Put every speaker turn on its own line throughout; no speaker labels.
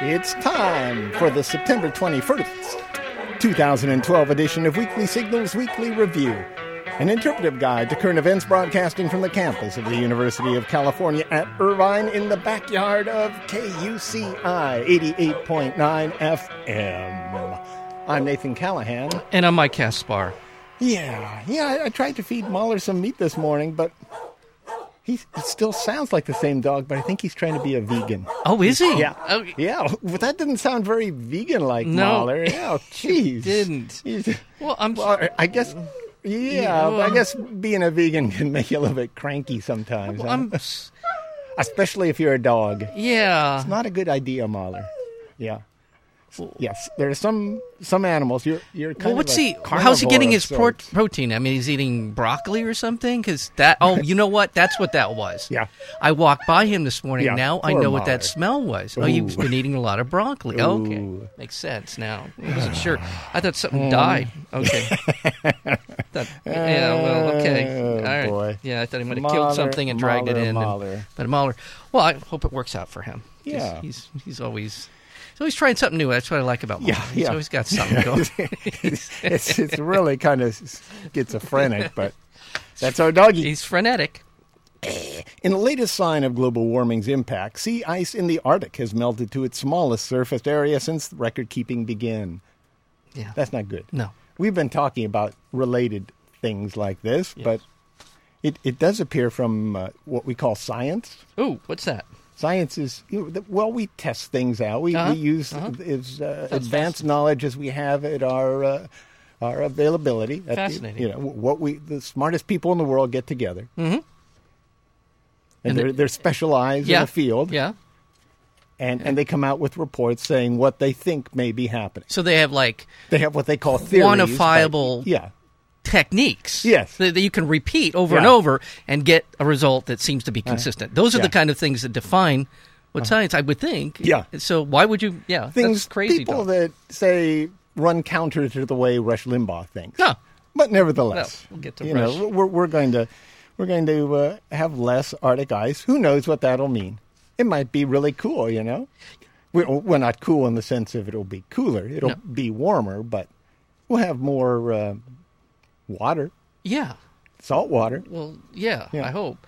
It's time for the September 21st, 2012 edition of Weekly Signals Weekly Review, an interpretive guide to current events broadcasting from the campus of the University of California at Irvine in the backyard of KUCI 88.9 FM. I'm Nathan Callahan.
And I'm Mike Caspar.
Yeah, yeah, I, I tried to feed Mahler some meat this morning, but he he still sounds like the same dog, but I think he's trying to be a vegan.
Oh, is he?
Yeah.
Oh,
Yeah, well, that didn't sound very vegan like
No.
Mahler. Yeah, jeez.
didn't.
He's-
well, I'm.
Well, uh, I guess. Yeah,
well,
I
I'm-
guess being a vegan can make you a little bit cranky sometimes, huh?
I'm.
especially if you're a dog.
Yeah.
Not a good idea, Mahler. Yeah.
Well-
Yes, there are some some animals. You're you're kind
Well,
of
what's
a
he? How's he
carnivore
getting
of
his pro-
sorts.
protein? I mean, he's eating broccoli or something? Because that. Oh, you know what? That's what that was.
Yeah.
I walked by him this morning.
Yeah,
now I
poor
know what
Mahler.
that smell was. Oh,
Ooh.
you've been eating a lot of broccoli. Oh,
Ooh. Hmm.
Okay, makes sense now. I wasn't sure. I thought something died. Okay. Thought- yeah. Well. Okay.
Oh,
All right.
boy.
Yeah. I thought he might have
Mahler,
killed something and dragged
Mahler,
it in. and-
Mahler.
But Mahler, well, I hope it works out for him. 'Cause
Yeah.
he's he's always he's always trying something new. That's what I like about Mahler.
Yeah,
Oh, He's
yeah.
always got something going.
it's it's really kind of schizophrenic, but that's our doggy.
he's frenetic.
In the latest sign of global warming's impact, sea ice in the Arctic has melted to its smallest surfaced area since record keeping began.
Yeah.
That's not good.
No.
We've been talking about related things like this,
Yes.
but it, it does appear from uh, what we call science.
Ooh, what's that?
Science is, you know, th- well, we test things out. We,
Uh-huh,
we use
uh-huh.
as uh, advanced knowledge as we have at our. Uh, our availability. At the-
Fascinating.
you know, what we the smartest people in the world get together, mm-hmm. and,
And
they're,
they-
they're specialized in
yeah.
a field,
Yeah.
and, and they come out with reports saying what they think may be happening.
So they have like
They have what they call theories. but-
Quantifiable-
yeah.
techniques
Yes.
that, that you can repeat over and
Yeah.
over and get a result that seems to be consistent. Those are
Yeah. Uh-huh.
the kind of things that define what science, I would think.
Yeah.
So why would you? Yeah.
Things
that's crazy.
people
though.
that say run counter to the way Rush Limbaugh thinks.
No.
But nevertheless,
No, we'll get to
you
Rush.
know, we're we're going to we're going to uh, have less Arctic ice. Who knows what that'll mean? It might be really cool, you know. We're, we're not cool in the sense of it'll be cooler. It'll
No.
be warmer, but we'll have more uh, water,
yeah.
salt water.
Well, yeah,
Yeah.
I hope.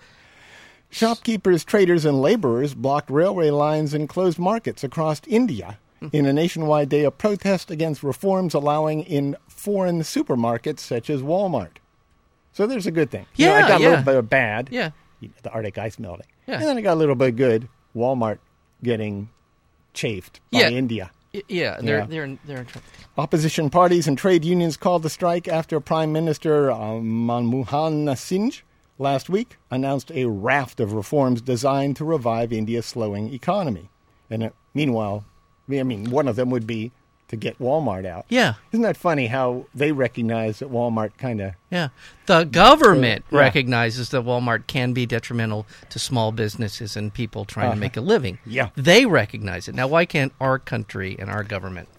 Shopkeepers, traders, and laborers blocked railway lines and closed markets across India in a nationwide day of protest against reforms allowing in foreign supermarkets such as Walmart. So there's a good thing. You know, I
Yeah,
got a
yeah.
little bit of bad.
Yeah.
you know, the Arctic ice melting.
Yeah.
And then I got a little bit good. Walmart getting chafed by
Yeah.
India.
Y- Yeah, they're
Yeah.
they're in, they're in trouble.
Opposition parties and trade unions called the strike after Prime Minister uh, Manmohan Singh last week announced a raft of reforms designed to revive India's slowing economy. And uh, meanwhile, I mean, one of them would be to get Walmart out.
Yeah.
Isn't that funny how they recognize that Walmart kind of.
Yeah. The government
Yeah.
recognizes that Walmart can be detrimental to small businesses and people trying to make a living.
Uh-huh. Yeah.
They recognize it. Now, why can't our country and our government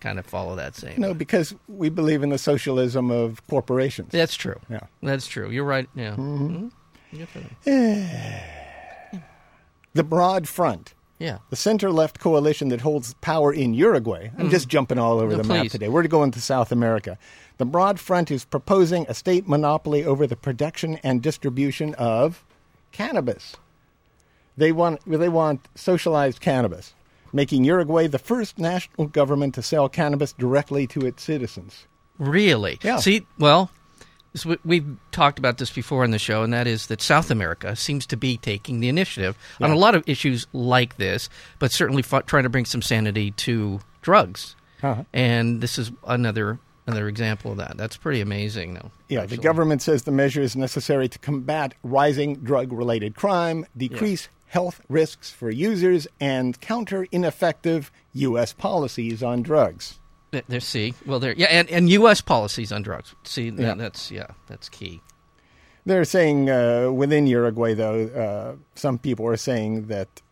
kind of follow that same?
You know, because we believe in the socialism of corporations.
That's true.
Yeah. Mm-hmm.
That's true. You're right. Yeah. Mhm. Good for them.
The broad front.
Yeah.
The center left coalition that holds power in Uruguay. I'm just jumping all over
Mm. No,
the map
please.
today. We're going to South America. The Broad Front is proposing a state monopoly over the production and distribution of cannabis. They want, they want socialized cannabis, making Uruguay the first national government to sell cannabis directly to its citizens.
Really?
Yeah.
See, well, this, we, we've talked about this before on the show, and that is that South America seems to be taking the initiative on a lot of issues like this, but certainly f- trying to bring some sanity to drugs.
Uh-huh.
And this is another another example of that. That's pretty amazing, though.
Yeah, the
actually.
government says the measure is necessary to combat rising drug related crime, decrease health risks for users, and counter ineffective U.S. policies on drugs.
Th- There, see, well, there, yeah, and, and U.S. policies on drugs. See, that-
Yeah.
that's yeah, that's key.
They're saying uh, within Uruguay, though, uh, some people are saying that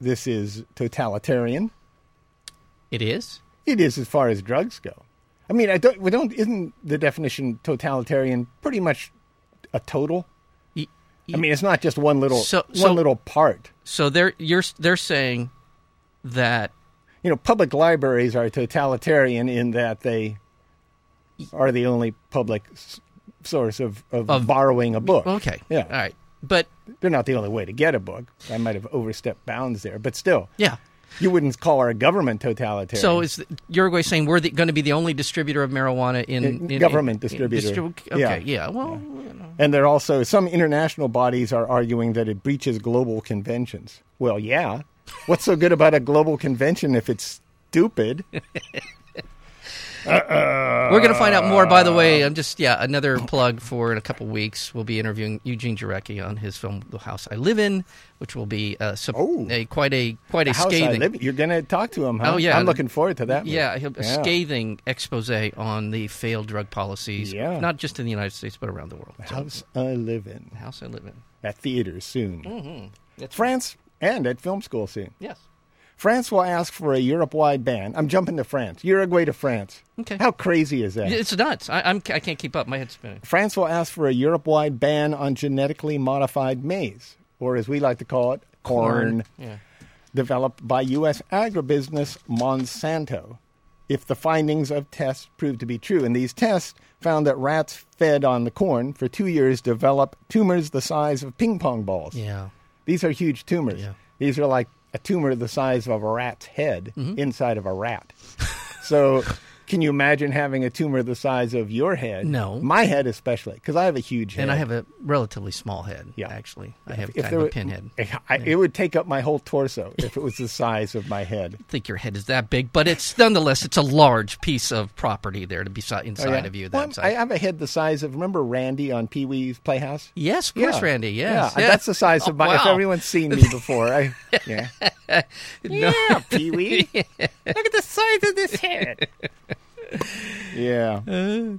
this is totalitarian.
It is.
It is as far as drugs go. I mean, I don't, we don't, isn't the definition totalitarian pretty much a total?
Y-
I mean, it's not just one little,
So-
one
so-
little part.
So they're you're they're saying that
you know, public libraries are totalitarian in that they are the only public s- source of, of,
Of-
borrowing a book.
Okay.
Yeah.
All right. But
They're not the only way to get a book. I might have overstepped bounds there, but still,
yeah.
you wouldn't call our government totalitarian.
So is the- Uruguay saying we're going to be the only distributor of marijuana in,
In-
in-
government
in- in
distributor.
distribu-
Yeah.
okay. Yeah. Well. you know.
and there are also some international bodies are arguing that it breaches global conventions. Well, yeah. What's so good about a global convention if it's stupid?
We're going to find out more, by the way.
Uh,
I'm just, yeah, another plug for in a couple weeks. We'll be interviewing Eugene Jarecki on his film The House I Live In, which will be uh, sup-
Oh.
a, quite a quite a
House I
scathing.
live in. You're going to talk to him, huh?
Oh, yeah.
I'm looking forward to that. one.
yeah, he'll- a scathing expose on the failed drug policies,
Yeah.
not just in the United States, but around the world. So,
House I live in.
The House I Live In.
At theaters soon. Mm-hmm.
That's-
France and at film school soon.
Yes.
France will ask for a Europe wide ban. I'm jumping to France. Uruguay to France.
Okay.
How crazy is that?
It's nuts. I, I'm, I can't keep up. My head's spinning.
France will ask for a Europe wide ban on genetically modified maize, or as we like to call it, corn,
Yeah.
developed by U.S. agribusiness Monsanto, if the findings of tests prove to be true. And these tests found that rats fed on the corn for two years develop tumors the size of ping pong balls.
Yeah.
These are huge tumors.
Yeah.
These are like a tumor the size of a rat's head
Mm-hmm.
inside of a rat. so, can you imagine having a tumor the size of your head?
No.
My head, especially, because I have a huge head.
And I have a relatively small head,
Yeah.
actually. I have
If
kind
there
of a
were-
pinhead.
I- I- It would take up my whole torso if it was the size of my head.
think your head is that big, but it's nonetheless it's a large piece of property there to be si- inside
Oh, Yeah.
of you. That
Well, I have a head the size of, remember Randy on Pee Wee's Playhouse?
yes, of course,
Yeah.
Randy. Yes,
Yeah,
yes.
that's the size of my.
Oh,
If
wow.
everyone's seen me before, I, yeah, yeah, Pee Wee. Look at the size of this head. yeah, Uh.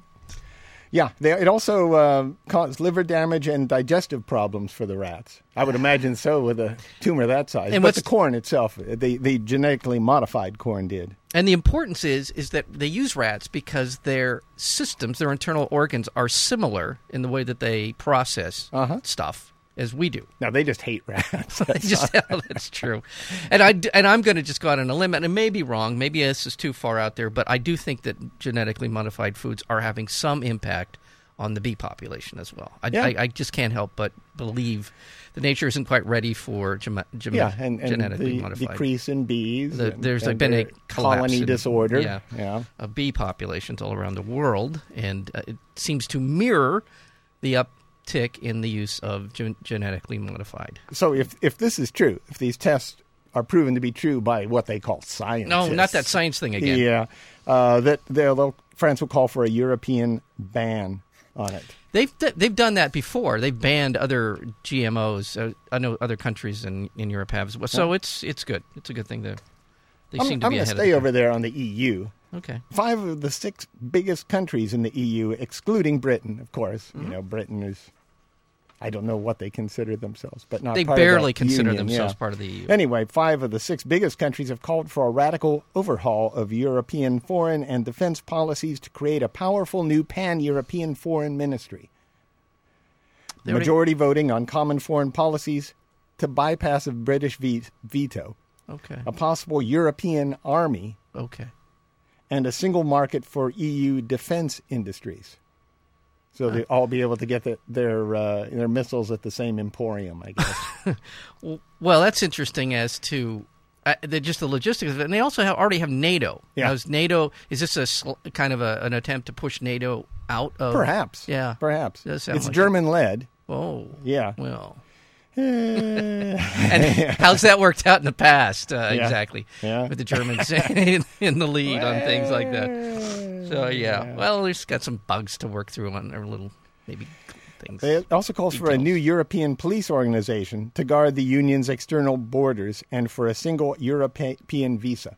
yeah. They, it also uh, caused liver damage and digestive problems for the rats. I would imagine so with a tumor that size.
And
but
what's-
the corn itself, the the genetically modified corn did.
And the importance is is that they use rats because their systems, their internal organs, are similar in the way that they process
Uh-huh.
stuff as we do.
Now they just hate rats.
They just oh, that's true, and I d- and I'm going to just go out on a limb, and it may be wrong. Maybe this is too far out there, but I do think that genetically modified foods are having some impact on the bee population as well. I,
Yeah.
I, I just can't help but believe the nature isn't quite ready for gem- gem-
yeah, and, and
genetically
the
modified.
decrease in bees.
The-
and-
there's
and
been a
their
collapse
colony
in-
disorder.
yeah.
yeah.
of bee populations all around the world, and uh, it seems to mirror the uptick in the use of gen- genetically modified.
So if if this is true, if these tests are proven to be true by what they call science,
No, not that science thing again.
Yeah, uh, that they'll, they'll- France will call for a European ban on it.
They've d- they've done that before. They've banned other GMOs. Uh, I know other countries in, in Europe have as well. So it's it's good. It's a good thing that they
I'm,
seem to
I'm
be
going to
ahead
stay
of the
over there on the EU.
curve. Okay.
Five of the six biggest countries in the EU, excluding Britain, of course.
Mm-hmm.
You know, Britain is. I don't know what they consider themselves, but not
They
part of
barely
that
consider
union,
themselves
yeah.
part of the E EU.
Anyway, five of the six biggest countries have called for a radical overhaul of European foreign and defense policies to create a powerful new pan European foreign ministry.
They already-
Majority voting on common foreign policies to bypass a British ve- veto,
Okay.
a possible European army,
Okay.
and a single market for EU defense industries. So they all be able to get the, their uh, their missiles at the same emporium, I guess.
W- Well, that's interesting as to uh, the, just the logistics of it. And they also have, already have NATO.
Yeah.
Now, is NATO is this a sl- kind of a, an attempt to push NATO out of
Perhaps,
Yeah.
perhaps
Does sound
it's
like it.
German led.
Oh.
Yeah.
Well.
Eh,
And how's that worked out in the past? Uh,
Yeah.
Exactly.
Yeah.
With the Germans in, in the lead on things like that. So yeah. Well, we've just got some bugs to work through on our little maybe things.
It also calls for a new European police organization to guard the union's external borders and for a single European visa.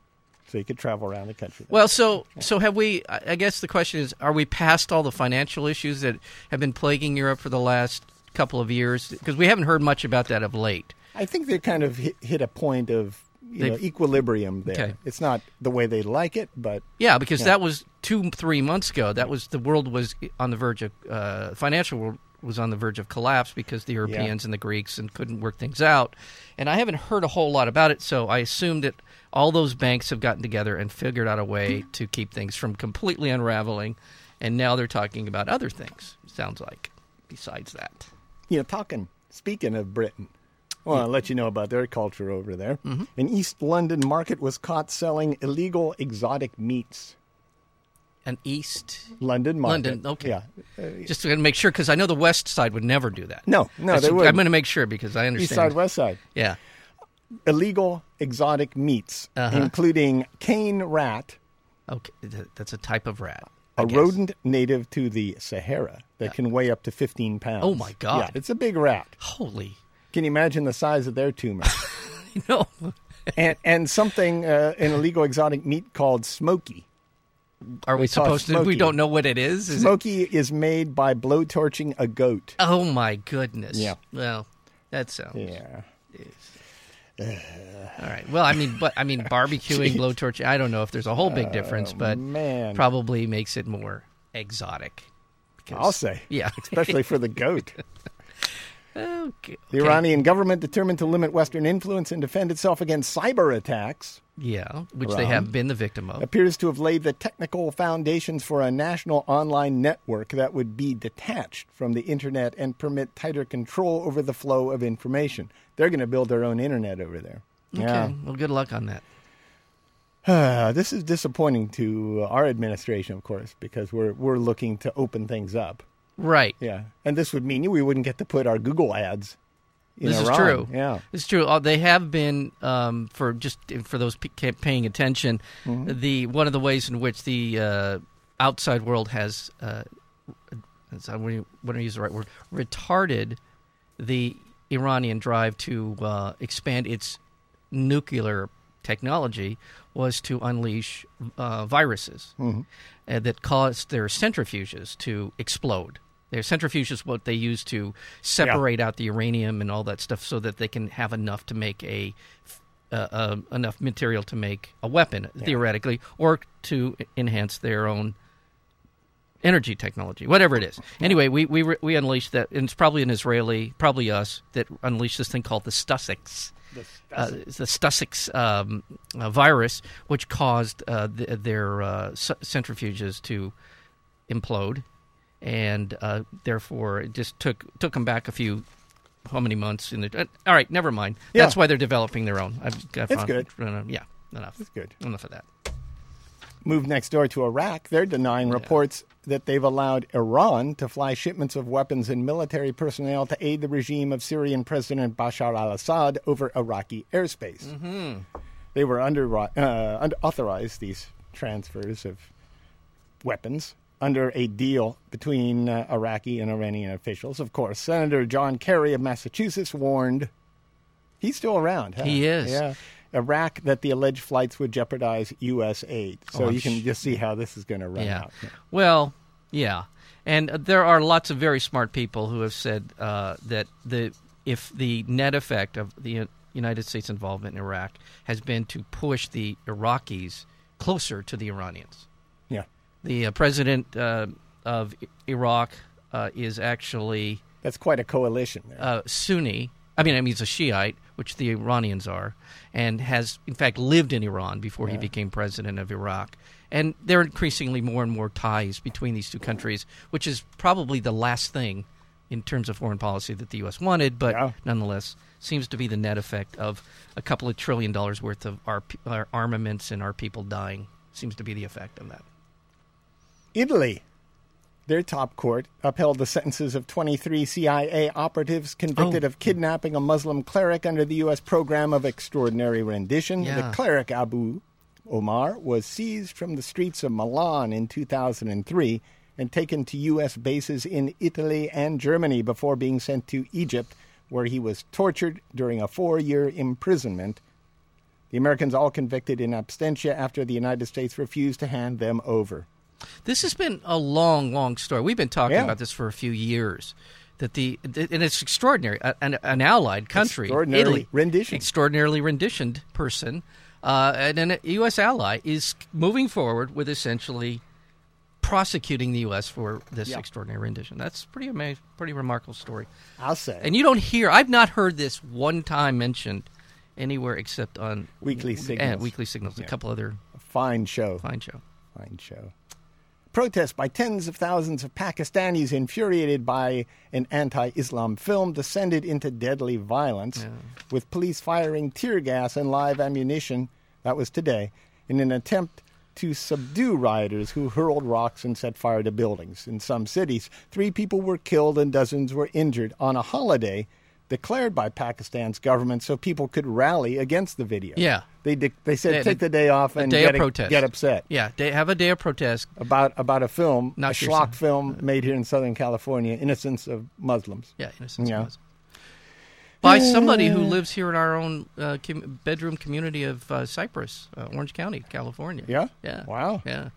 So you could travel around the country.
Well, so so have we? I I guess the question is: Are we past all the financial issues that have been plaguing Europe for the last couple of years? Because we haven't heard much about that of late.
I think they kind of hit, hit a point of you know,
They've-
equilibrium there.
Okay.
It's not the way they like it, but
Yeah, because that was two, three months ago. That was the world was on the verge of uh, financial world was on the verge of collapse because the Europeans and the Greeks and couldn't work things out. And I haven't heard a whole lot about it, so I assume that all those banks have gotten together and figured out a way
Mm-hmm.
to keep things from completely unraveling. And now they're talking about other things. Sounds like besides that.
you know, talking, speaking of Britain, well, I'll let you know about their culture over there.
Mm-hmm.
An East London market was caught selling illegal exotic meats.
An East,
London market.
London, okay.
Yeah.
just to make sure, because I know the West Side would never do that.
No, no,
I
they
should- I'm
wouldn't.
going to make sure because I understand.
East side, west side.
Yeah,
Illegal exotic meats,
Uh-huh.
including cane rat,
okay, th- that's a type of rat. I
a
guess.
rodent native to the Sahara that can weigh up to 15 pounds.
Oh, my God.
Yeah, it's a big rat.
Holy,
Can you imagine the size of their tumor?
no,
and, and something, uh, an illegal exotic meat called smoky.
are we,
saw
supposed to? We
Smokey.
don't know what it is. Is it-
Smoky is made by blowtorching a goat.
Oh my goodness.
Yeah.
Well, that sounds.
Yeah.
All right. Well, I mean, but I mean, barbecuing, blowtorch. I don't know if there's a whole big difference, but
Oh, man.
probably makes it more exotic. Because,
I'll say.
Yeah.
Especially for the goat.
Okay.
The Iranian government determined to limit Western influence and defend itself against cyber attacks
Yeah, which they have been the victim of.
appears to have laid the technical foundations for a national online network that would be detached from the internet and permit tighter control over the flow of information. They're going to build their own internet over there. Yeah.
Okay. Well, good luck on that.
Uh, this is disappointing to our administration, of course, because we're we're looking to open things up.
Right.
Yeah, and this would mean we wouldn't get to put our Google ads. In
This
Iran.
is true.
Yeah,
it's true. Uh, They have been um, for just for those pe- ca- paying attention. The one of the ways in which the uh, outside world has, uh, it's- uh, I wouldn't wouldn't use the right word, retarded the Iranian drive to uh, expand its nuclear technology was to unleash uh, viruses uh, that caused their centrifuges to explode. Their centrifuge is what they use to separate out the uranium and all that stuff, so that they can have enough to make a uh, um enough material to make a weapon, theoretically, or to e-, enhance their own energy technology, whatever it is. Anyway, we we re- we unleashed that, and it's probably an Israeli, probably us, that unleashed this thing called the Stussix. Uh, it's the Stussix um, uh, virus, which caused uh, th- their uh, c- centrifuges to implode, and uh, therefore it just took took them back a few, how many months? In the uh, all right, never mind.
Yeah.
That's why they're developing their own. I've got
It's good.
run out- yeah, enough. It's
good.
Enough of that.
moved next door to Iraq. They're denying reports that they've allowed Iran to fly shipments of weapons and military personnel to aid the regime of Syrian President Bashar al-Assad over Iraqi airspace. Mm-hmm. They were under, uh, under authorized these transfers of weapons under a deal between uh, Iraqi and Iranian officials. Of course, Senator John Kerry of Massachusetts warned he's still around. Huh?
He is.
Yeah. Iraq that the alleged flights would jeopardize U.S. aid. So
Oh,
you can
sh-
just see how this is going to run
Yeah.
out.
Well, yeah, and uh, there are lots of very smart people who have said uh, that the if the net effect of the uh, United States involvement in Iraq has been to push the Iraqis closer to the Iranians.
Yeah.
The uh, president uh, of I- Iraq uh, is actually
That's quite a coalition there.
uh, Sunni. I mean, I mean, he's a Shiite, which the Iranians are, and has in fact lived in Iran before he became president of Iraq. And there are increasingly more and more ties between these two countries, which is probably the last thing in terms of foreign policy that the U.S. wanted, but
Yeah.
nonetheless seems to be the net effect of a couple of trillion dollars worth of our, p- our armaments and our people dying. Seems to be the effect of that.
Italy. Their top court upheld the sentences of 23 CIA operatives convicted
Oh.
of kidnapping a Muslim cleric under the U.S. program of extraordinary rendition.
Yeah.
The cleric Abu Omar was seized from the streets of Milan in 2003 and taken to U.S. bases in Italy and Germany before being sent to Egypt, where he was tortured during a four year imprisonment. The Americans all convicted in absentia after the United States refused to hand them over.
This has been a long, long story. We've been talking
Yeah.
about this for a few years. That the th- and it's extraordinary. A- An, an allied country,
Extraordinary
Italy,
rendition.
extraordinarily renditioned person, uh, and an U.S. ally is moving forward with essentially prosecuting the U.S. for this
Yeah.
extraordinary rendition. That's pretty amazing, pretty remarkable story.
I'll say.
And you don't hear, I've not heard this one time mentioned anywhere except on
Weekly
eh,
Signals.
Weekly Signals, a couple other
Fine show.
fine show.
Fine show. Protests by tens of thousands of Pakistanis infuriated by an anti Islam film descended into deadly violence, with police firing tear gas and live ammunition. That was today, in an attempt to subdue rioters who hurled rocks and set fire to buildings. In some cities, three people were killed and dozens were injured on a holiday declared by Pakistan's government so people could rally against the video.
Yeah.
They, de- they said,
Yeah,
take
the-
the day off
A
and
day
get,
of protest.
get upset
Yeah, they have a day of protest.
about about a film,
Not
a
sure,
schlock
sir.
film made here in Southern California, Innocence of Muslims.
Yeah, innocence
Yeah.
was. By somebody who lives here in our own uh, com- bedroom community of uh, Cypress, uh, Orange County, California.
Yeah?
Yeah.
Wow.
Yeah.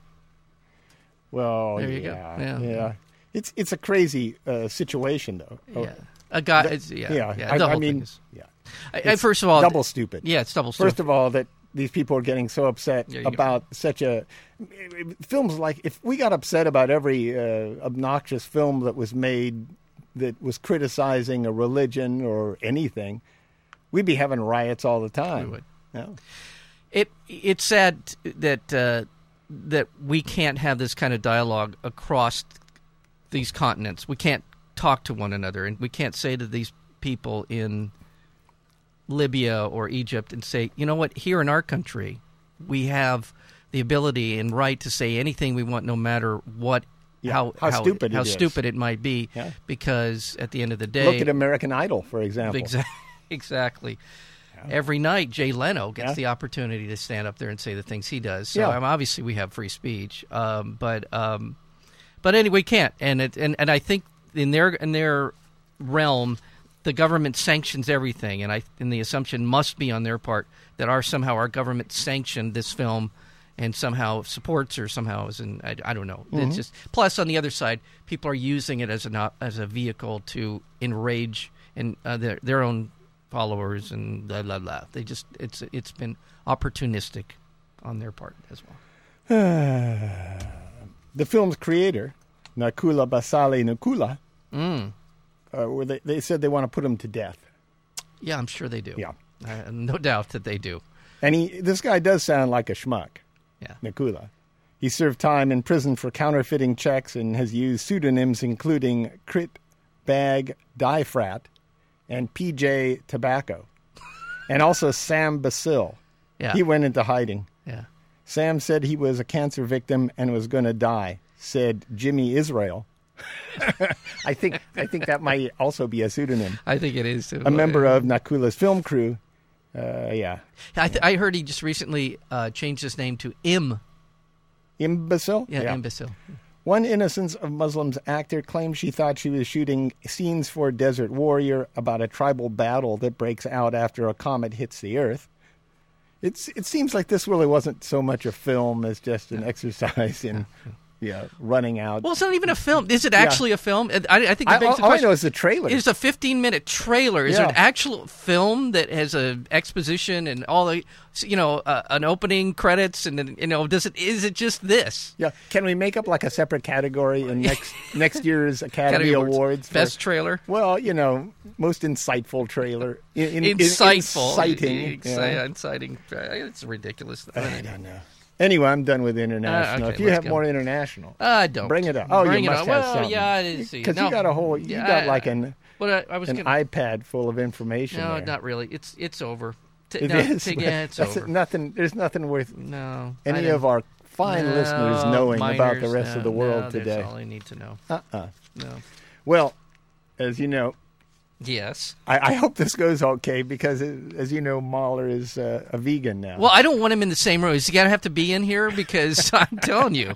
Well,
There you go.
yeah,
Yeah.
It's it's a crazy uh, situation though. Oh,
Yeah. A guy. it's, yeah. Yeah.
I,
the
I
whole
mean,
thing is.
yeah.
I, I,
It's
first of all,
double stupid.
Yeah, it's double
First
stupid.
of all, that these people are getting so upset
Yeah, you go.
about such a films like if we got upset about every uh, obnoxious film that was made that was criticizing a religion or anything, we'd be having riots all the time.
would.
Yeah.
It it's sad t- that uh, that we can't have this kind of dialogue across these continents. We can't talk to one another, and we can't say to these people in Libya or Egypt and say, you know what? Here in our country, we have the ability and right to say anything we want, no matter what.
Yeah,
How,
how stupid it
how
is.
stupid it might be
Yeah.
because at the end of the day
Look at American Idol, for example.
Exactly. exactly. Every night, Jay Leno gets
Yeah.
the opportunity to stand up there and say the things he does. So
Yeah.
um, obviously, we have free speech, um, but um, but anyway, we can't. And it and, and I think in their in their realm, the government sanctions everything, and I and the assumption must be on their part that our somehow our government sanctioned this film. And somehow supports or somehow is in I, I don't know. It's just plus on the other side, people are using it as an op- as a vehicle to enrage and uh, their their own followers and blah blah blah. They just it's it's been opportunistic on their part as well.
The film's creator, Nakula Basali Nakula, uh, where they, they said they want to put him to death.
Yeah, I'm sure they do.
Yeah.
Uh, no doubt that they do.
And he, this guy does sound like a schmuck,
Yeah.
Nakula. He served time in prison for counterfeiting checks and has used pseudonyms including Crit Bag Diefrat and PJ Tobacco, and also Sam Basil.
Yeah.
He went into hiding.
Yeah.
Sam said he was a cancer victim and was going to die, said Jimmy Israel. I think I think that might also be a pseudonym.
I think it is. uh,
A member of Nakula's film crew. Uh, yeah.
I, th- I heard he just recently uh, changed his name to M.
Imbecile?
Yeah, imbecile.
One Innocence of Muslims actor claimed she thought she was shooting scenes for Desert Warrior about a tribal battle that breaks out after a comet hits the Earth. It's, it seems like this really wasn't so much a film as just an exercise in yeah, running out.
Well, it's not even a film. Is it actually a film? I, I think the
I,
biggest
all, all I
question
know is the trailer.
is a 15 minute trailer. Is
Yeah.
there an actual film that has a exposition and all the you know uh, an opening credits and then you know does it is it just this?
Yeah, can we make up like a separate category in next next year's Academy,
Academy
Awards?
Awards.
for-
Best trailer.
Well, you know, most insightful trailer. In, in- in-
Insightful.
inciting.
Exci-
yeah.
Inciting. uh, It's ridiculous.
I don't know. Anyway, I'm done with international.
Ah, okay,
if you
let's
have
go.
more international,
I don't
bring it up. Oh,
Bring
you
it
must
up.
have
well,
something.
yeah, I didn't see.
Because
no.
you got a whole, you
Yeah,
got
I-
like an
What I, I was
an
gonna,
iPad full of information.
no,
there.
not really. It's it's over. T-
It
no,
is,
t-
but
yeah, it's
that's
over.
Nothing. There's nothing worth
no, I
any
didn't-
of our fine
No,
listeners knowing about the
minors,
rest
no,
of the world
no,
today.
That's all I need to know.
Uh-uh.
No.
Well, as you know,
Yes.
I, I hope this goes okay because, uh, as you know, Mahler is uh, a vegan now.
Well, I don't want him in the same room. He's got to have to be in here because I'm telling you,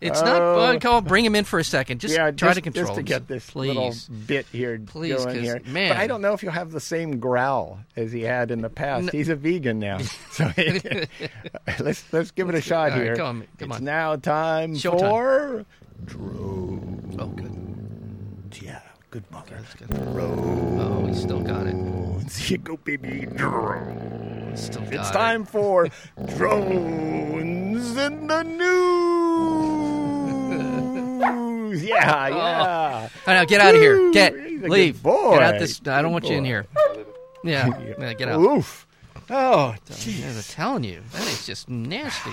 it's not fun. Come on, bring him in for a second. Just
Oh. yeah,
try
just,
to control
just to
him,
get this
please.
little bit here
Please,
going
'cause,
here.
man.
But I don't know if you'll have the same growl as he had in the past. He's a vegan now, so let's let's give it a shot
all right,
here.
come on, come
it's
on.
now time
Showtime.
for
Oh, good.
yeah, good mother.
That's good. Oh, he still got it.
Here you go, baby. Drones.
He Still got
It's
it.
time for drones in the news. Hughes. Yeah,
Oh.
yeah.
I know. Get out of here.
Woo,
Get
he's a good
leave.
boy.
Get out this. I
Good
don't want you in
boy.
here. Yeah. yeah get out.
Oof.
Oh, I'm telling you, that is just nasty.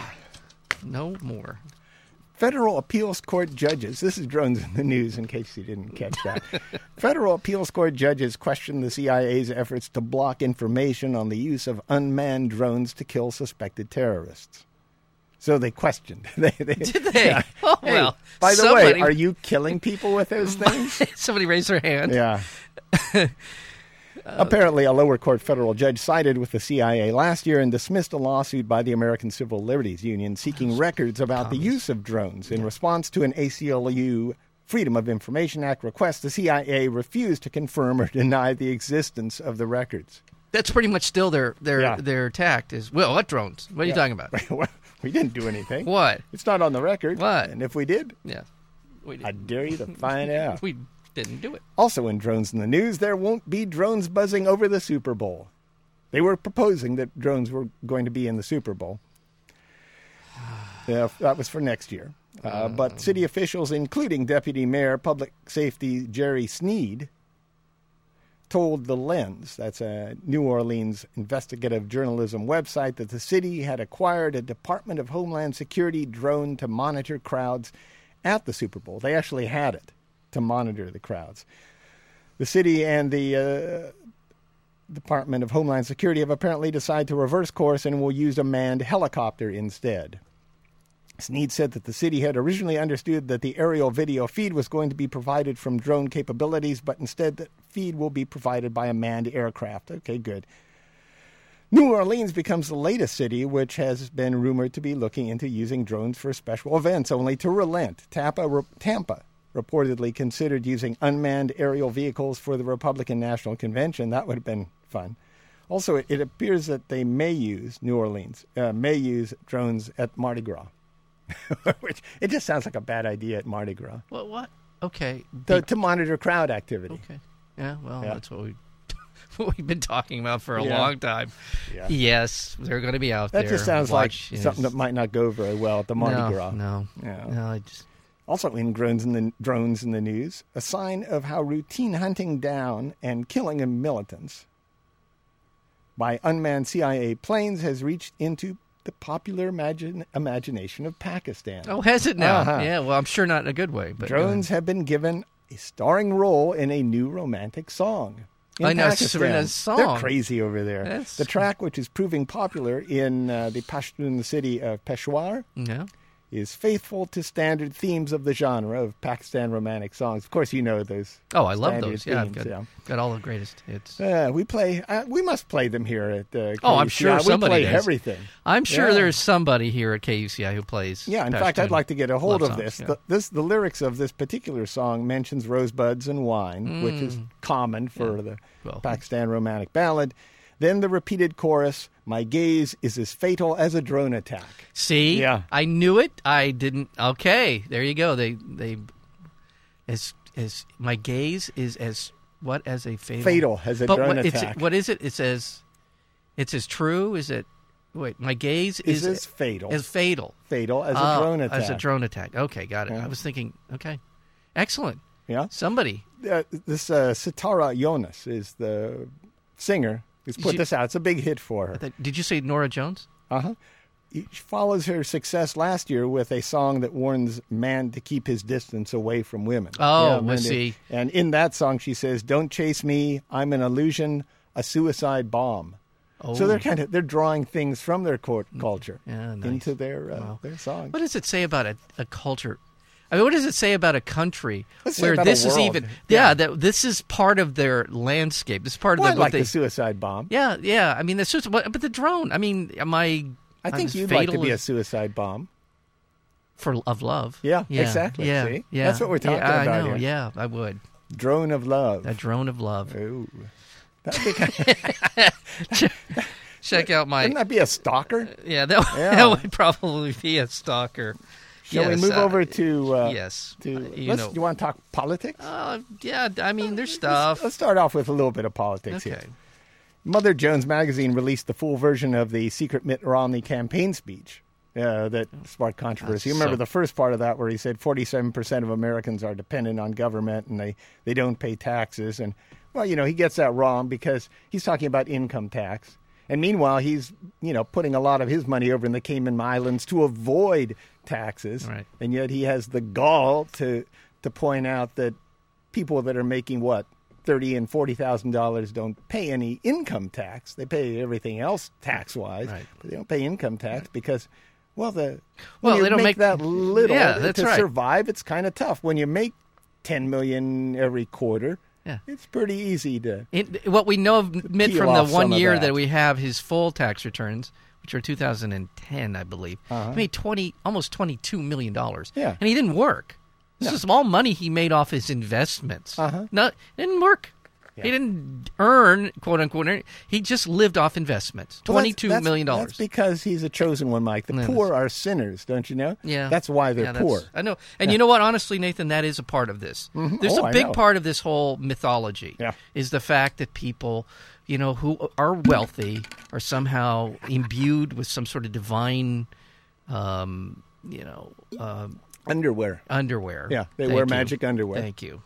No more.
Federal appeals court judges, this is drones in the news in case you didn't catch that. Federal appeals court judges questioned the CIA's efforts to block information on the use of unmanned drones to kill suspected terrorists. So they questioned. they, they, Did
they? Oh, well,
By the way,
somebody-
are you killing people with those things?
Somebody raised their hand.
Yeah. Apparently, a lower court federal judge sided with the CIA last year and dismissed a lawsuit by the American Civil Liberties Union seeking records about the use of drones. In response to an ACLU Freedom of Information Act request, the CIA refused to confirm or deny the existence of the records.
That's pretty much still their their
Yeah.
their tact is. Well, what drones? What are you talking about?
we didn't do anything.
What?
It's not on the record.
What?
And if we did,
Yeah. We did.
I dare you to find out.
we didn't do it.
Also in drones in the news, there won't be drones buzzing over the Super Bowl. They were proposing that drones were going to be in the Super Bowl. Yeah, that was for next year. Uh, but city officials, including Deputy Mayor Public Safety Jerry Sneed, told The Lens, that's a New Orleans investigative journalism website, that the city had acquired a Department of Homeland Security drone to monitor crowds at the Super Bowl. They actually had it to monitor the crowds. The city and the uh, Department of Homeland Security have apparently decided to reverse course and will use a manned helicopter instead. Sneed said that the city had originally understood that the aerial video feed was going to be provided from drone capabilities, but instead that feed will be provided by a manned aircraft. Okay, good. New Orleans becomes the latest city which has been rumored to be looking into using drones for special events, only to relent. Tampa, re- Tampa reportedly considered using unmanned aerial vehicles for the Republican National Convention. That would have been fun. Also, it, it appears that they may use New Orleans uh, may use drones at Mardi Gras, which it just sounds like a bad idea at Mardi Gras
What? What? Okay.
to, to monitor crowd activity.
Okay. Yeah. Well,
Yeah.
that's what we what we've been talking about for a
Yeah.
long time.
Yeah.
Yes, they're going to be out
That
there.
just sounds
Watch
like
is-
something that might not go very well at the Mardi
no,
Gras.
No.
Yeah.
No. I just.
Also in drones in the drones in the news, a sign of how routine hunting down and killing of militants by unmanned CIA planes has reached into the popular imagine, imagination of Pakistan.
Oh, has it now?
Uh-huh.
Yeah. Well, I'm sure not in a good way, but uh, go
drones have been given a starring role in a new romantic song. in
I know,
Pakistan.
Serena's song.
They're crazy over there.
That's-
The track, which is proving popular in uh, the Pashtun city of Peshawar,
ahead. Yeah.
is faithful to standard themes of the genre of Pakistan romantic songs. Of course, you know those.
Oh, I love
standard
those. Yeah, I've
themes,
got, got all the greatest hits.
yeah. Uh, we play. Uh, we must play them here at the. Uh,
Oh, I'm
KUCI.
sure
we
somebody
play
does.
everything.
I'm sure
Yeah.
there's somebody here at KUCI who plays.
Yeah, in fact, I'd
Pashtun
like to get a hold
love
of
songs,
this.
yeah.
The, this the lyrics of this particular song mentions rosebuds and wine, which is common for the
Mm. Well-
Pakistan romantic ballad. Then the repeated chorus, "My gaze is as fatal as a drone attack."
See,
Yeah.
I knew it. I didn't. Okay, there you go. They they as as my gaze is as what as a fatal
Fatal as a
but
drone
what, it's-
attack.
what is it? It says it's as true. Is it? Wait, my gaze
Is
is,
as fatal.
as fatal
Fatal as
Ah,
a drone attack.
As a drone attack. Okay, got it. I was thinking. Okay, excellent.
Yeah.
Somebody.
uh, this uh, Sitara Jonas is the singer who's put
She-
this out. It's a big hit for her.
that- Did you say Nora Jones?
Uh-huh. She follows her success last year with a song that warns man to keep his distance away from women.
Oh, I
Mindy.
see.
And in that song, she says, "Don't chase me. I'm an illusion, a suicide bomb." So
Oh. Mm.
they're kind of they're drawing things from their court culture
Yeah, nice.
into their uh, their song.
What does it say about a, a culture? I mean, what does it say about a country
Let's say
where
about a
this is
world.
even?
Yeah.
Yeah, that this is part of their landscape. This is part
Well, I
of the, what
like
they.
the suicide bomb.
yeah, yeah. I mean, that's just. But but the drone. I mean, am I?
I
I'm
think
as
you'd like to
fatal
be a
as-
suicide bomb.
for of love.
Yeah, exactly.
Yeah,
See?
yeah.
That's what we're talking
yeah, I
about
know.
here.
Yeah, I would.
Drone of love.
A drone of love.
Ooh. That'd be kind
Check out my.
wouldn't that be a stalker?
yeah, that,
Yeah.
that would probably be a stalker.
Shall
yes,
we move
uh,
over to uh,
yes,
To
uh, you
let's,
know.
you want to talk politics?
Uh, yeah, I mean, there's stuff.
Let's start off with a little bit of politics
Okay.
here. Mother Jones magazine released the full version of the secret Mitt Romney campaign speech uh, that sparked controversy. You
That's
remember the
so-
first part of that where he said 47% of Americans are dependent on government and they, they don't pay taxes. And, well, you know, he gets that wrong because he's talking about income tax. And meanwhile, he's, you know, putting a lot of his money over in the Cayman Islands to avoid taxes.
Right.
And yet he has the gall to, to point out that people that are making what? Thirty and forty thousand dollars don't pay any income tax. They pay everything else tax wise,
Right.
but they don't pay income tax because, well, the
Well,
when you
they don't
make,
make-
that little
Yeah, that's
to
right.
survive. It's kind of tough when you make ten million every quarter.
Yeah.
it's pretty easy to.
It, what we know of Mitt
Peel
from the
off some
one
of
year
that.
that. we have his full tax returns, which are 2010, I believe, he made 20, almost 22 million dollars.
Uh-huh. Yeah.
and he didn't work. This is all money he made off his investments.
Uh-huh.
No, it didn't work. He didn't earn quote unquote. earn- He just lived off investments.
Well, that's-
Twenty-two
that's-
million
That's
dollars.
because he's a chosen one, Mike. The
Yeah,
poor are sinners, don't you know?
Yeah,
that's why they're
Yeah, that's-
poor.
I know, and you know what? Honestly, Nathan, that is a part of this. There's
Oh, I
a big
know.
part of this whole mythology.
Yeah.
is the fact that people, you know, who are wealthy are somehow imbued with some sort of divine, um, you know, um,
Underwear.
underwear.
Yeah, they
Thank
wear
you.
magic underwear.
Thank you.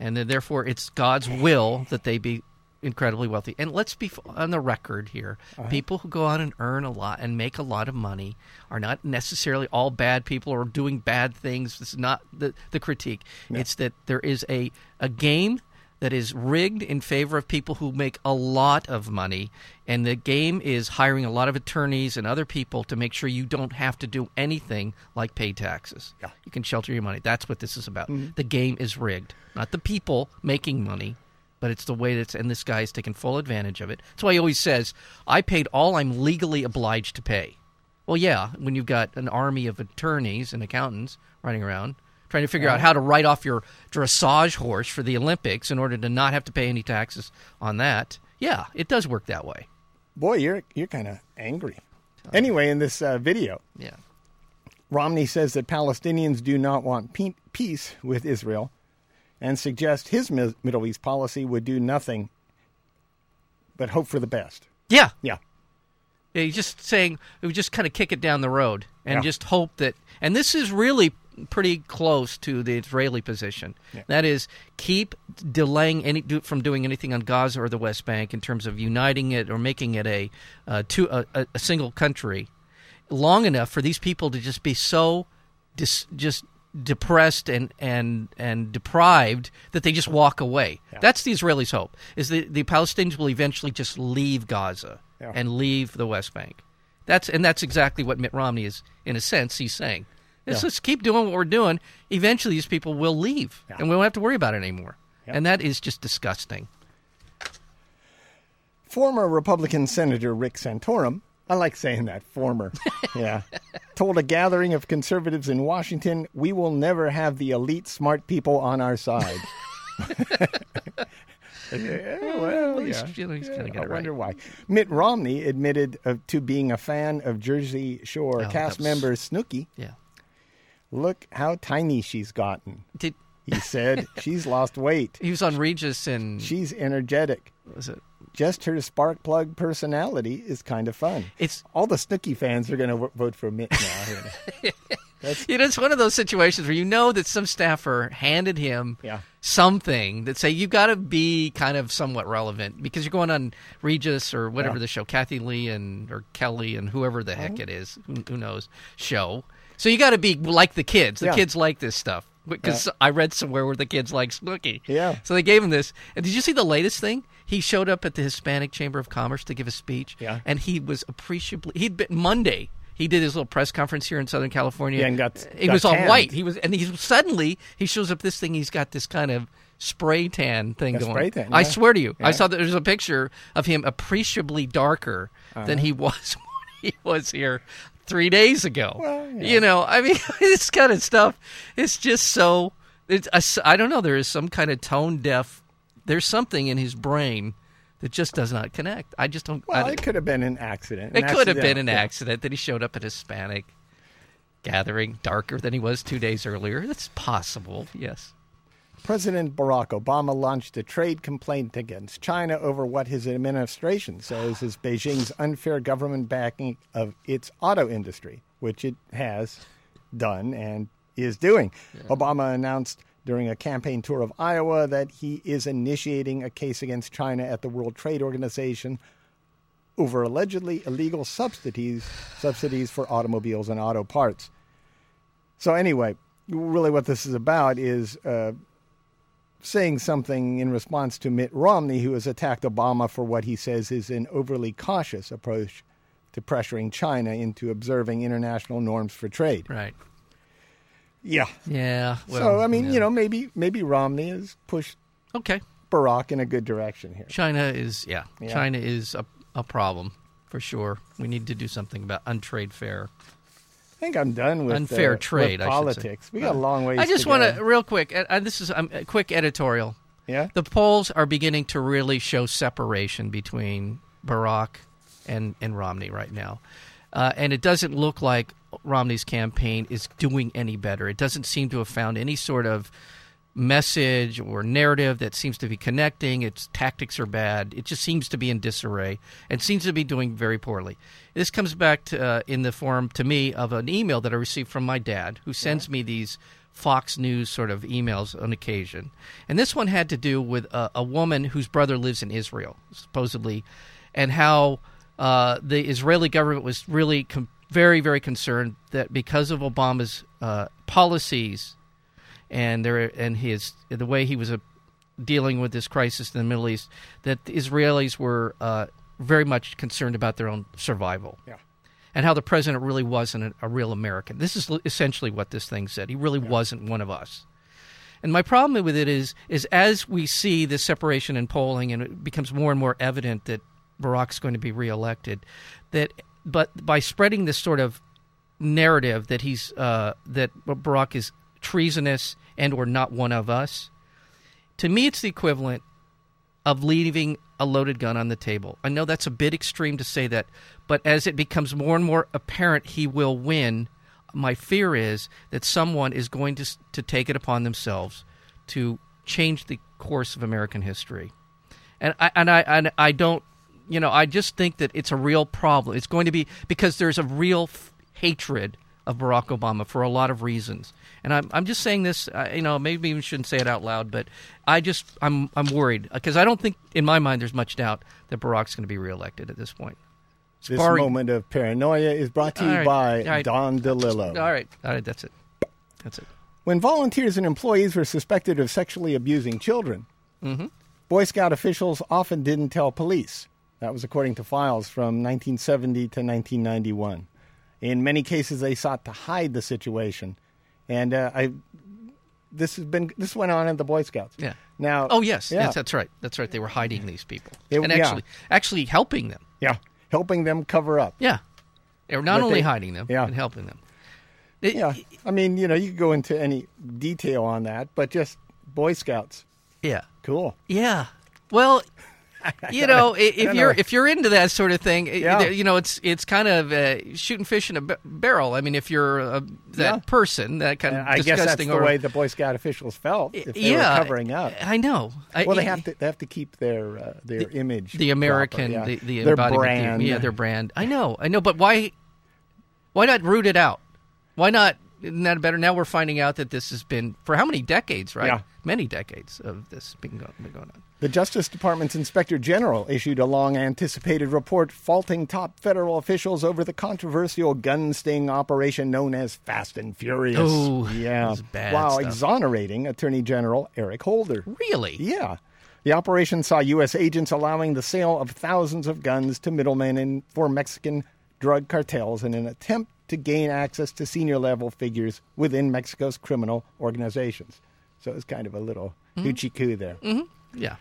And then, therefore, it's God's will that they be incredibly wealthy. And let's be f- on the record here:
Uh-huh.
people who go out and earn a lot and make a lot of money are not necessarily all bad people or doing bad things. It's not the the critique. It's that there is a a game that is rigged in favor of people who make a lot of money and the game is hiring a lot of attorneys and other people to make sure you don't have to do anything like pay taxes
Yeah.
you can shelter your money that's what this is about the game is rigged not the people making money but it's the way that's and this guy is taking full advantage of it that's why he always says i paid all i'm legally obliged to pay well yeah when you've got an army of attorneys and accountants running around trying to figure out how to write off your dressage horse for the olympics in order to not have to pay any taxes on that yeah it does work that way
Boy, you're you're kind of angry. Anyway, in this uh, video,
yeah
Romney says that Palestinians do not want pe- peace with Israel and suggests his Mi- Middle East policy would do nothing but hope for the best.
yeah
Yeah.
Yeah, he's just saying we just kind of kick it down the road and
Yeah.
just hope that. And this is really pretty close to the Israeli position. That is, keep delaying any do, from doing anything on Gaza or the West Bank in terms of uniting it or making it a uh, two a, a, a single country long enough for these people to just be so dis, just depressed and and and deprived that they just walk away. That's the Israelis' hope. Is that the Palestinians will eventually just leave Gaza
Yeah.
and leave the West Bank. That's and that's exactly what Mitt Romney is in a sense he's saying. Let's just keep doing what we're doing. Eventually these people will leave and we won't have to worry about it anymore. And that is just disgusting.
Former Republican Senator Rick Santorum, I like saying that, former, yeah, told a gathering of conservatives in Washington, we will never have the elite smart people on our side. Yeah,
Eh,
well,
he's-
yeah.
you know, he's
Yeah,
kinda got
I
it
wonder why. Mitt Romney admitted of, to being a fan of Jersey Shore
Oh, that
cast
was-
member Snooki.
Yeah.
Look how tiny she's gotten.
Did
He said, She's lost weight.
he was on Regis and
She's energetic.
was it
Just her spark plug personality is kind of fun.
It's-
All the Snooki fans are going to w- vote for Mitt now.
You know, it's one of those situations where you know that some staffer handed him
Yeah.
something that say you've got to be kind of somewhat relevant because you're going on Regis or whatever the show, Kathy Lee and or Kelly and whoever the
Oh.
heck it is, who, who knows, show. So you got to be like the kids. The
Yeah.
kids like this stuff because I read somewhere where the kids like Snooki.
Yeah.
So they gave him this. And did you see the latest thing? He showed up at the Hispanic Chamber of Commerce to give a speech.
Yeah.
And he was appreciably. He'd been Monday. He did his little press conference here in Southern California.
Yeah, and got-
he
got
was all
tanned.
white. He was, and he suddenly he shows up this thing. He's got this kind of spray tan thing
Yeah,
going.
spray tan,
I
yeah.
swear to you,
Yeah.
I saw that there's a picture of him appreciably darker
Uh-huh.
than he was when he was here three days ago.
Well, yeah.
You know, I mean, this kind of stuff. It's just so. It's a s- I don't know. There is some kind of tone deaf. There's something in his brain that just does not connect. I just don't. I
well,
don't-
it could have been an accident.
it could have been an
accident.
accident that he showed up at Hispanic gathering darker than he was two days earlier. That's possible. Yes.
President Barack Obama launched a trade complaint against China over what his administration says is Beijing's unfair government backing of its auto industry, which it has done and is doing. Obama announced during a campaign tour of Iowa that he is initiating a case against China at the World Trade Organization over allegedly illegal subsidies subsidies for automobiles and auto parts. So anyway, really, what this is about is uh, saying something in response to Mitt Romney, who has attacked Obama for what he says is an overly cautious approach to pressuring China into observing international norms for trade.
Right.
Yeah.
Yeah. Well,
so I mean,
yeah.
you know, maybe maybe Romney has pushed
Okay.
Barack in a good direction here.
China is yeah.
Yeah.
China is a a problem for sure. We need to do something about untrade fair,
I think I'm done with
unfair
uh, with
trade. I should say.
politics. We got a long ways.
I just
to
want
go.
to real quick. And, and this is um, a quick editorial.
Yeah.
The polls are beginning to really show separation between Barack and and Romney right now, uh, and it doesn't look like Romney's campaign is doing any better. It doesn't seem to have found any sort of message or narrative that seems to be connecting. Its tactics are bad. It just seems to be in disarray and seems to be doing very poorly. This comes back to, uh, in the form to me of an email that I received from my dad, who sends me these Fox News sort of emails on occasion. And this one had to do with a, a woman whose brother lives in Israel, supposedly, and how uh, the Israeli government was really com- very, very concerned that because of Obama's uh, policies and there and his the way he was uh, dealing with this crisis in the Middle East, that the Israelis were uh, very much concerned about their own survival
Yeah.
and how the president really wasn't a, a real American. This is l- essentially what this thing said. He really wasn't one of us. And my problem with it is, is as we see this separation in polling, and it becomes more and more evident that Barack's going to be reelected, that but by spreading this sort of narrative that he's uh, that Barack is treasonous and or not one of us, to me it's the equivalent of leaving a loaded gun on the table. I know that's a bit extreme to say that, but as it becomes more and more apparent he will win, my fear is that someone is going to s- to take it upon themselves to change the course of American history. And I and I and I don't you know, I just think that it's a real problem. It's going to be because there's a real f- hatred of Barack Obama for a lot of reasons. And I'm, I'm just saying this, uh, you know, maybe even shouldn't say it out loud, but I just, I'm, I'm worried because I don't think, in my mind, there's much doubt that Barack's going to be reelected at this point.
This
Barring-
moment of paranoia is brought to you
All right.
by
All right.
Don DeLillo.
All right. All right. That's it. That's it.
When volunteers and employees were suspected of sexually abusing children,
Mm-hmm.
Boy Scout officials often didn't tell police. That was according to files from 1970 to 1991. In many cases, they sought to hide the situation, and uh, I. This has been this went on at the Boy Scouts.
Yeah.
Now.
Oh, yes.
Yeah.
Yes, that's right. That's right. They were hiding these people
They-
and
yeah.
actually, actually helping them.
yeah. Helping them cover up.
Yeah. They were not
But
only
they-
hiding them,
yeah.
but helping them. It-
Yeah. I mean, you know, you could go into any detail on that, but just Boy Scouts.
Yeah.
Cool.
Yeah. Well, you know, i- if
don't
you're
know.
if you're into that sort of thing, i-
Yeah.
you know, it's it's kind of uh, shooting fish in a b- barrel. I mean, if you're uh, that
Yeah.
person, that kind
And
of
I guess
disgusting
that's the
or
way the Boy Scout officials felt if they
yeah,
were covering up.
I know. I-
Well, they have to they have to keep their uh, their image,
the American,
proper, yeah.
the, the
their
embodiment, the-
brand,
yeah, their brand. I know, I know, but why? Why not root it out? Why not? Isn't that better? Now we're finding out that this has been for how many decades, right?
Yeah.
Many decades of this being go- been going on.
The Justice Department's Inspector General issued a long anticipated report faulting top federal officials over the controversial gun sting operation known as Fast and Furious.
Oh,
yeah.
this is bad
while
stuff.
exonerating Attorney General Eric Holder.
Really?
Yeah. The operation saw U.S. agents allowing the sale of thousands of guns to middlemen in, for Mexican drug cartels in an attempt to gain access to senior level figures within Mexico's criminal organizations. So it's kind of a little
Hmm?
hoochie coo there.
Mm-hmm. Yeah.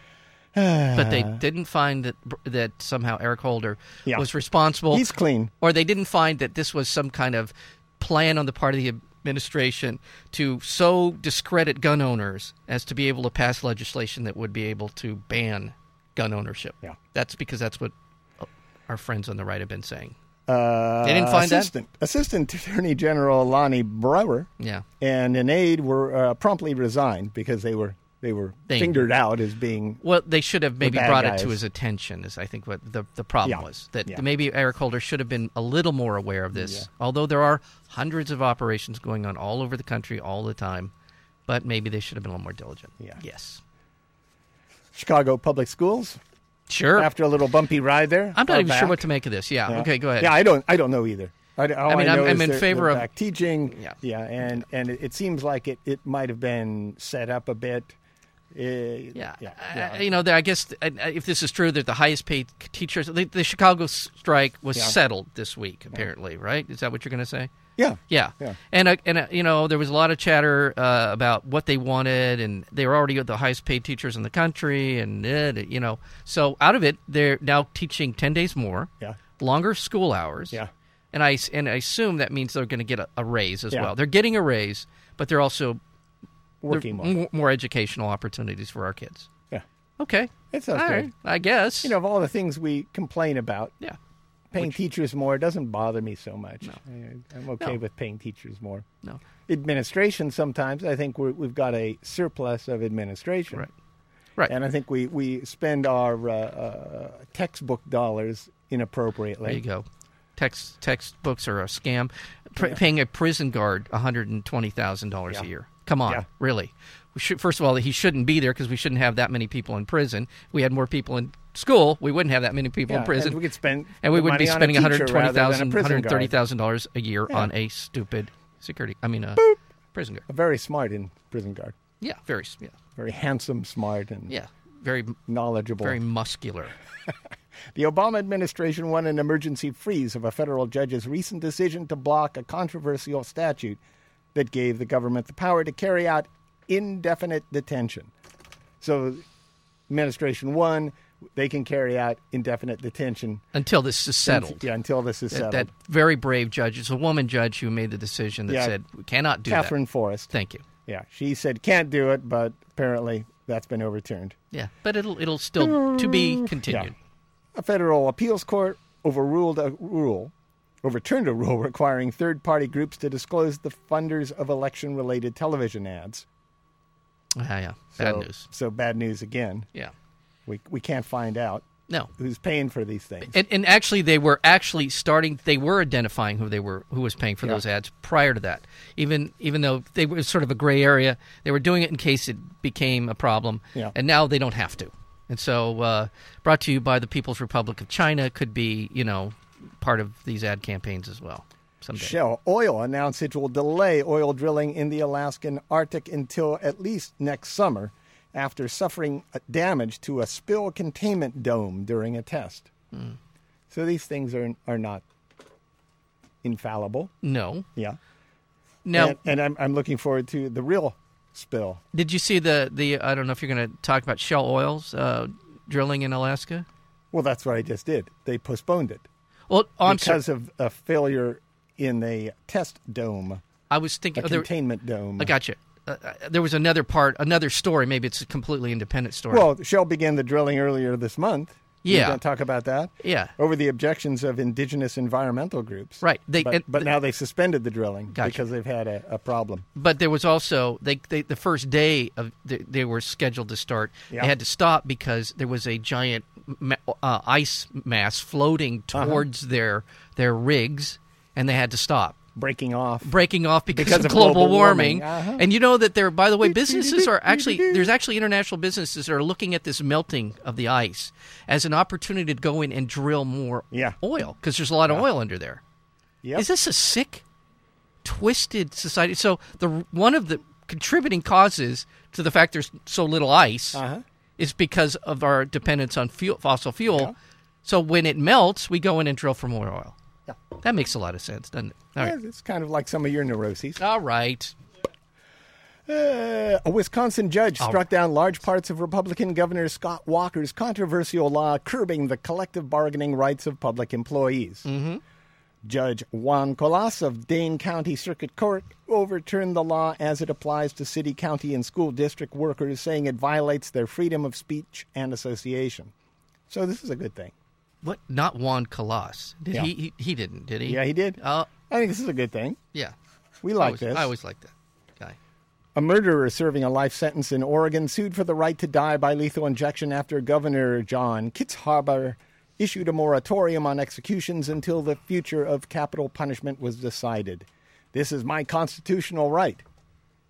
but they didn't find that that somehow Eric Holder
Yeah.
was responsible.
He's clean.
Or they didn't find that this was some kind of plan on the part of the administration to so discredit gun owners as to be able to pass legislation that would be able to ban gun ownership.
Yeah.
That's because that's what uh, our friends on the right have been saying.
Uh,
They didn't find that?
assistant, Assistant Attorney General Lonnie Brewer
Yeah.
and an aide were uh, promptly resigned because they were They were
Thing.
fingered out as being
Well, they should have maybe
bad
brought it to
guys.
his attention. Is I think what the the problem
Yeah.
was that
Yeah.
maybe Eric Holder should have been a little more aware of this.
Yeah.
Although there are hundreds of operations going on all over the country all the time, but maybe they should have been a little more diligent.
Yeah.
Yes.
Chicago public schools.
Sure.
After a little bumpy ride there,
I'm not
far
even sure
back.
what to make of this. Yeah.
Yeah.
Okay. Go ahead.
Yeah, I don't. I don't know either. I, all
I mean,
I
I'm-
know is
I'm in
they're-
favor
they're
of-
back teaching.
Yeah.
yeah, and and it, it seems like it, it might have been set up a bit. Uh, yeah,
Yeah. I- I- you know, the- I guess uh, if this is true, that the highest paid c- teachers, the, the Chicago s- strike was
Yeah.
settled this week, apparently, right? Is that what you're going to say?
yeah,
Yeah.
Yeah.
And, uh, and uh, you know, there was a lot of chatter uh, about what they wanted, and they were already the highest paid teachers in the country, and, uh, you know, so out of it, they're now teaching 10 days more,
Yeah.
longer school hours.
Yeah.
And I, s- and I assume that means they're going to get a, a raise as
Yeah.
well. They're getting a raise, but they're also they're
working more.
m- more educational opportunities for our kids.
Yeah,
Okay.
That sounds
All
good.
right, I guess.
you know, of all the things we complain about,
Yeah.
paying teachers more doesn't bother me so much. I, am okay
No.
with paying teachers more.
No.
Administration sometimes I think we're, we've got a surplus of administration.
Right. Right.
And I think we, we spend our uh, uh, textbook dollars inappropriately.
there you go. Text textbooks are a scam. Pr- Paying a prison guard one hundred and twenty thousand dollars
Yeah.
a year. Come on,
Yeah.
really? We should, first of all, he shouldn't be there because we shouldn't have that many people in prison. If we had more people in school, we wouldn't have that many people
Yeah,
in prison.
and we could spend
and we
the
wouldn't be
money on a
spending one
teacher
hundred twenty thousand,
rather
one
than a prison
hundred
guard.
thirty thousand dollars a year on a stupid security. I mean, a prison guard.
Very smart in prison guard.
Yeah, very s- yeah,
Very handsome, smart, and
yeah, very
knowledgeable.
very muscular.
The Obama administration won an emergency freeze of a federal judge's recent decision to block a controversial statute that gave the government the power to carry out indefinite detention. So, administration one, they can carry out indefinite detention.
Until this is settled.
Yeah, until this is
that,
settled.
that very brave judge. It's a woman judge who made the decision that
Yeah.
said we cannot do
Catherine
that.
Forrest.
Thank you.
Yeah, she said can't do it, but apparently that's been overturned.
Yeah, but it'll it'll still to be continued.
A federal appeals court overruled a rule, overturned a rule requiring third party groups to disclose the funders of election related television ads.
Uh, Yeah, yeah. Bad
so,
news.
So bad news again.
Yeah,
We, we can't find out
no.
who's paying for these things.
And, and actually, they were actually starting. They were identifying who they were, who was paying for those ads prior to that. Even even though they were sort of a gray area, they were doing it in case it became a problem.
Yeah.
And now they don't have to. And so, uh, brought to you by the People's Republic of China could be you know part of these ad campaigns as well. Someday.
Shell Oil announced it will delay oil drilling in the Alaskan Arctic until at least next summer after suffering uh, damage to a spill containment dome during a test.
Hmm.
So these things are, are not infallible.
No.
Yeah.
Now,
And, and I'm, I'm looking forward to the real spill.
did you see the the? I don't know if you're going to talk about Shell Oil's uh, drilling in Alaska.
Well, that's what I just did. They postponed it
Well, oh, I'm sorry.
because of a failure in the test dome,
I was thinking.
a
oh, there-
containment dome.
I gotcha. Uh, uh, there was another part, another story. Maybe it's a completely independent story.
Well, Shell began the drilling earlier this month. We
Yeah.
don't talk about that.
Yeah.
Over the objections of indigenous environmental groups.
Right. They-
but
and-
but now they suspended the drilling
Gotcha.
because they've had a, a problem.
but there was also they, they the first day of they, they were scheduled to start.
Yeah.
They had to stop because there was a giant ma- uh, ice mass floating
Uh-huh.
towards their their rigs, and they had to stop.
Breaking off.
breaking off because,
Because
of,
of
global,
global
warming.
warming. Uh-huh.
And you know that there, by the way, businesses are actually, there's actually international businesses that are looking at this melting of the ice as an opportunity to go in and drill more
Yeah.
oil because there's a lot of oil under there. Is
Yep.
this a sick, twisted society? So, the one of the contributing causes to the fact there's so little ice
Uh-huh.
is because of our dependence on fuel, fossil fuel. So, when it melts, we go in and drill for more oil.
Yeah.
That makes a lot of sense, doesn't it? All right.
Yeah, It's kind of like some of your neuroses.
All right.
Uh, a Wisconsin
Oh.
judge struck down large parts of Republican Governor Scott Walker's controversial law curbing the collective bargaining rights of public employees.
Mm-hmm.
Judge Juan Colas of Dane County Circuit Court overturned the law as it applies to city, county, and school district workers, saying it violates their freedom of speech and association. So this is a good thing.
What? Not Juan Calas. Did
Yeah.
he, he? He didn't. Did he?
Yeah, he did.
Oh,
I think this is a good thing.
yeah.
We
I
like
always,
this.
I always liked that guy.
A murderer serving a life sentence in Oregon sued for the right to die by lethal injection after Governor John Kitzhaber issued a moratorium on executions until the future of capital punishment was decided. This is my constitutional right,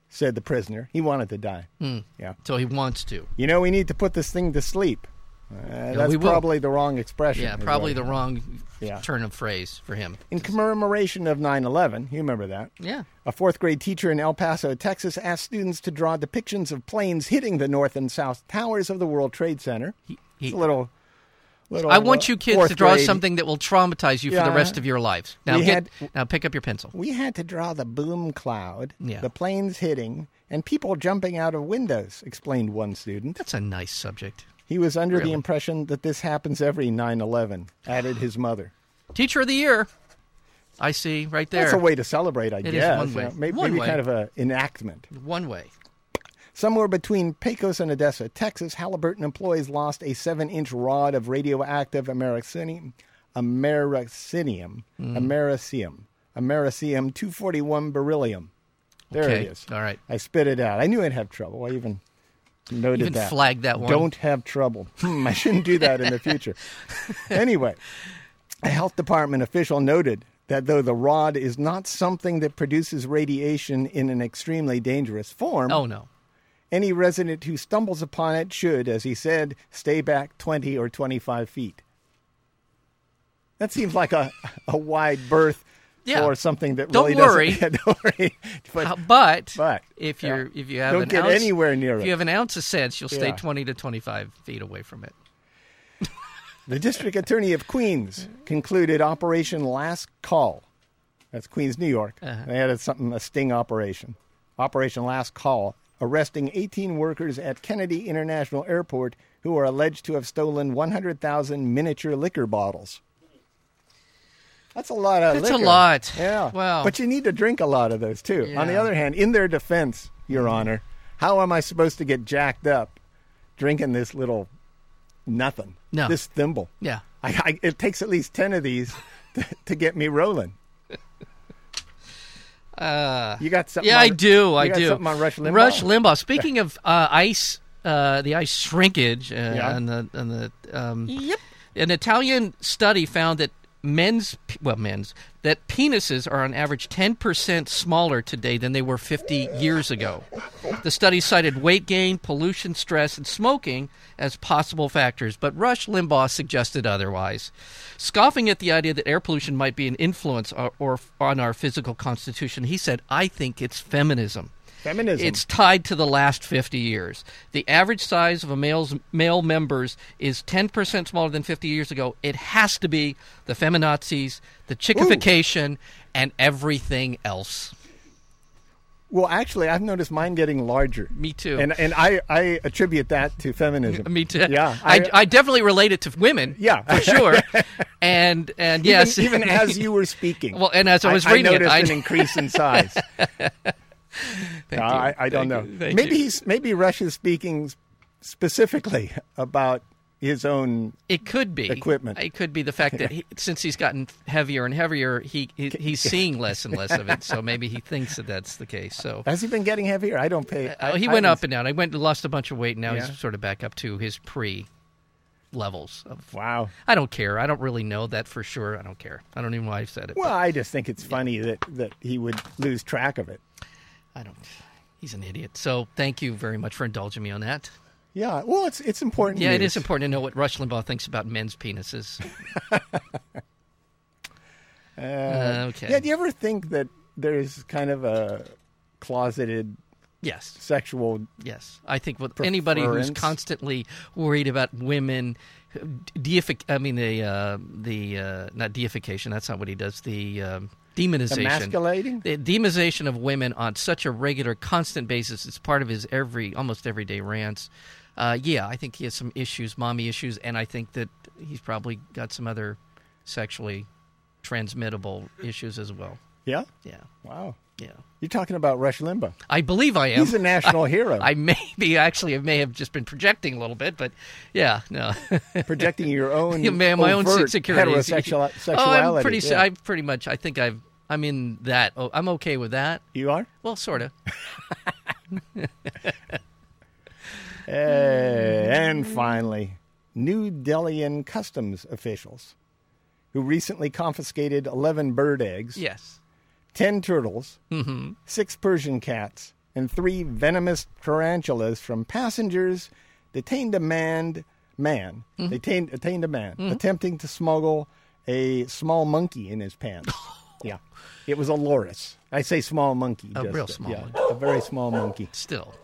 said the prisoner. He wanted to die.
Hmm.
Yeah.
So he wants to.
You know, we need to put this thing to sleep. Uh, that's
we will.
probably the wrong expression.
Yeah,
is
probably
what-
the wrong
Yeah.
turn of phrase for him.
In commemoration of 9 11, you remember that.
Yeah.
A fourth grade teacher in El Paso, Texas, asked students to draw depictions of planes hitting the north and south towers of the World Trade Center.
he-
it's a little, little.
I want
uh,
you kids
fourth
to draw
grade.
something that will traumatize you for
Yeah.
the rest of your lives. Now
We
get
had-
now pick up your pencil.
We had to draw the boom cloud,
Yeah.
the planes hitting, and people jumping out of windows, explained one student.
That's a nice subject.
He was under the
Really?
impression that this happens every 9 11, added his mother.
Teacher of the year. I see right there.
That's a way to celebrate, I
is
guess.
one way.
Uh, Maybe,
One
maybe
way.
kind of an enactment.
One way.
Somewhere between Pecos and Odessa, Texas, Halliburton employees lost a seven inch rod of radioactive americinium, americinium,
Hmm.
americium, americium 241 beryllium. There
Okay,
it is.
all right.
I spit it out. I knew I'd have trouble. I even noted
Even
that.
flagged that one.
Don't have trouble. Hmm, I shouldn't do that in the future. anyway, a health department official noted that though the rod is not something that produces radiation in an extremely dangerous form,
Oh no.
any resident who stumbles upon it should, as he said, stay back 20 or 25 feet. That seems like a, a wide berth
Yeah.
for something that
Don't
really
worry.
doesn't. Yeah, don't worry. But
How- but,
but,
if
yeah.
you're if you have
Don't
an
get
ounce,
anywhere near
if
it.
you have an ounce of sense, you'll stay
Yeah.
twenty to twenty five feet away from it.
the district attorney of Queens concluded Operation Last Call. That's Queens, New York.
Uh-huh.
They had a, something a sting operation, Operation Last Call, arresting 18 workers at Kennedy International Airport who are alleged to have stolen 100,000 miniature liquor bottles. That's a lot of.
That's a
liquor.
lot.
Yeah.
Wow.
But you need to drink a lot of those too. On the
Yeah. Mm-hmm.
other hand, in their defense, Your Honor, how am I supposed to get jacked up drinking this little nothing?
No.
This thimble.
Yeah.
I, I, it takes at least 10 of these to, to get me rolling.
Uh,
You got something?
yeah,
on-
I do. I
you got
do.
Something on Rush Limbaugh.
Rush Limbaugh. Speaking of uh, ice, uh, the ice shrinkage, uh,
Yeah.
and the and the um,
Yep.
an Italian study found that men's pe- well men's that penises are on average 10% smaller today than they were 50 years ago. The study cited weight gain, pollution, stress, and smoking as possible factors, but Rush Limbaugh suggested otherwise, scoffing at the idea that air pollution might be an influence or, or on our physical constitution. He said, "I think it's feminism."
Feminism.
It's tied to the last 50 years. The average size of a male's male members is 10% smaller than 50 years ago. It has to be the feminazis, the chickification, and everything else.
Well, actually, I've noticed mine getting larger.
Me too.
And, and I, I attribute that to feminism.
Me too.
Yeah.
I, I, definitely relate it to women.
Yeah.
for sure. and and
even-
yes,
Even, as you were speaking.
Well, and as I was reading it,
noticed
I-
an increase in size.
Thank
Uh,
you.
I, I don't
Thank you.
know.
Thank
maybe
you.
he's, maybe Rush is speaking specifically about his own.
It could be
Equipment.
It could be the fact that he, since he's gotten heavier and heavier, he, he he's seeing less and less of it. So maybe he thinks that that's the case. So
Has he been getting heavier? I don't pay.
Uh, he
I haven't
went up and down. I went and lost a bunch of weight. and Now
Yeah.
he's sort of back up to his pre levels of.
Wow.
I don't care. I don't really know that for sure. I don't care. I don't even know why I said it.
Well, I just think it's funny that, that he would lose track of it.
I don't. He's an idiot. So thank you very much for indulging me on that.
Yeah. Well, it's it's important.
Yeah, it
news.
is important to know what Rush Limbaugh thinks about men's penises. Uh, okay.
Yeah. Do you ever think that there's kind of a closeted
yes.
sexual?
Yes, I think with anybody who's
Preference?
constantly worried about women, deific. I mean the uh, the uh, not deification. That's not what he does. The um, demonization,
Emasculating?
the demonization of women on such a regular, constant basis. It's part of his every, almost everyday rants. Uh, yeah, I think he has some issues, mommy issues, and I think that he's probably got some other sexually transmittable issues as well.
Yeah.
Yeah,
Wow.
yeah.
You're talking about Rush Limbaugh.
I believe I am.
He's a national hero.
I may be actually, I may have just been projecting a little bit, but yeah, no,
projecting your own
Yeah, man, my own
Oh, overt
insecurities.
heterosexual
Oh,
sexuality.
I'm pretty.
Yeah.
I pretty much. I think I've. I'm in that. Oh, I'm okay with that.
you are.
Well, sort of.
Hey, Eh, and finally, New Delian customs officials who recently confiscated 11 bird eggs,
Yes.
10 turtles, six Persian cats, and three venomous tarantulas from passengers detained a manned man. They tained, attained a man attempting to smuggle a small monkey in his pants. yeah. It was a loris. I say small monkey.
A real small
yeah, A very small monkey.
Still.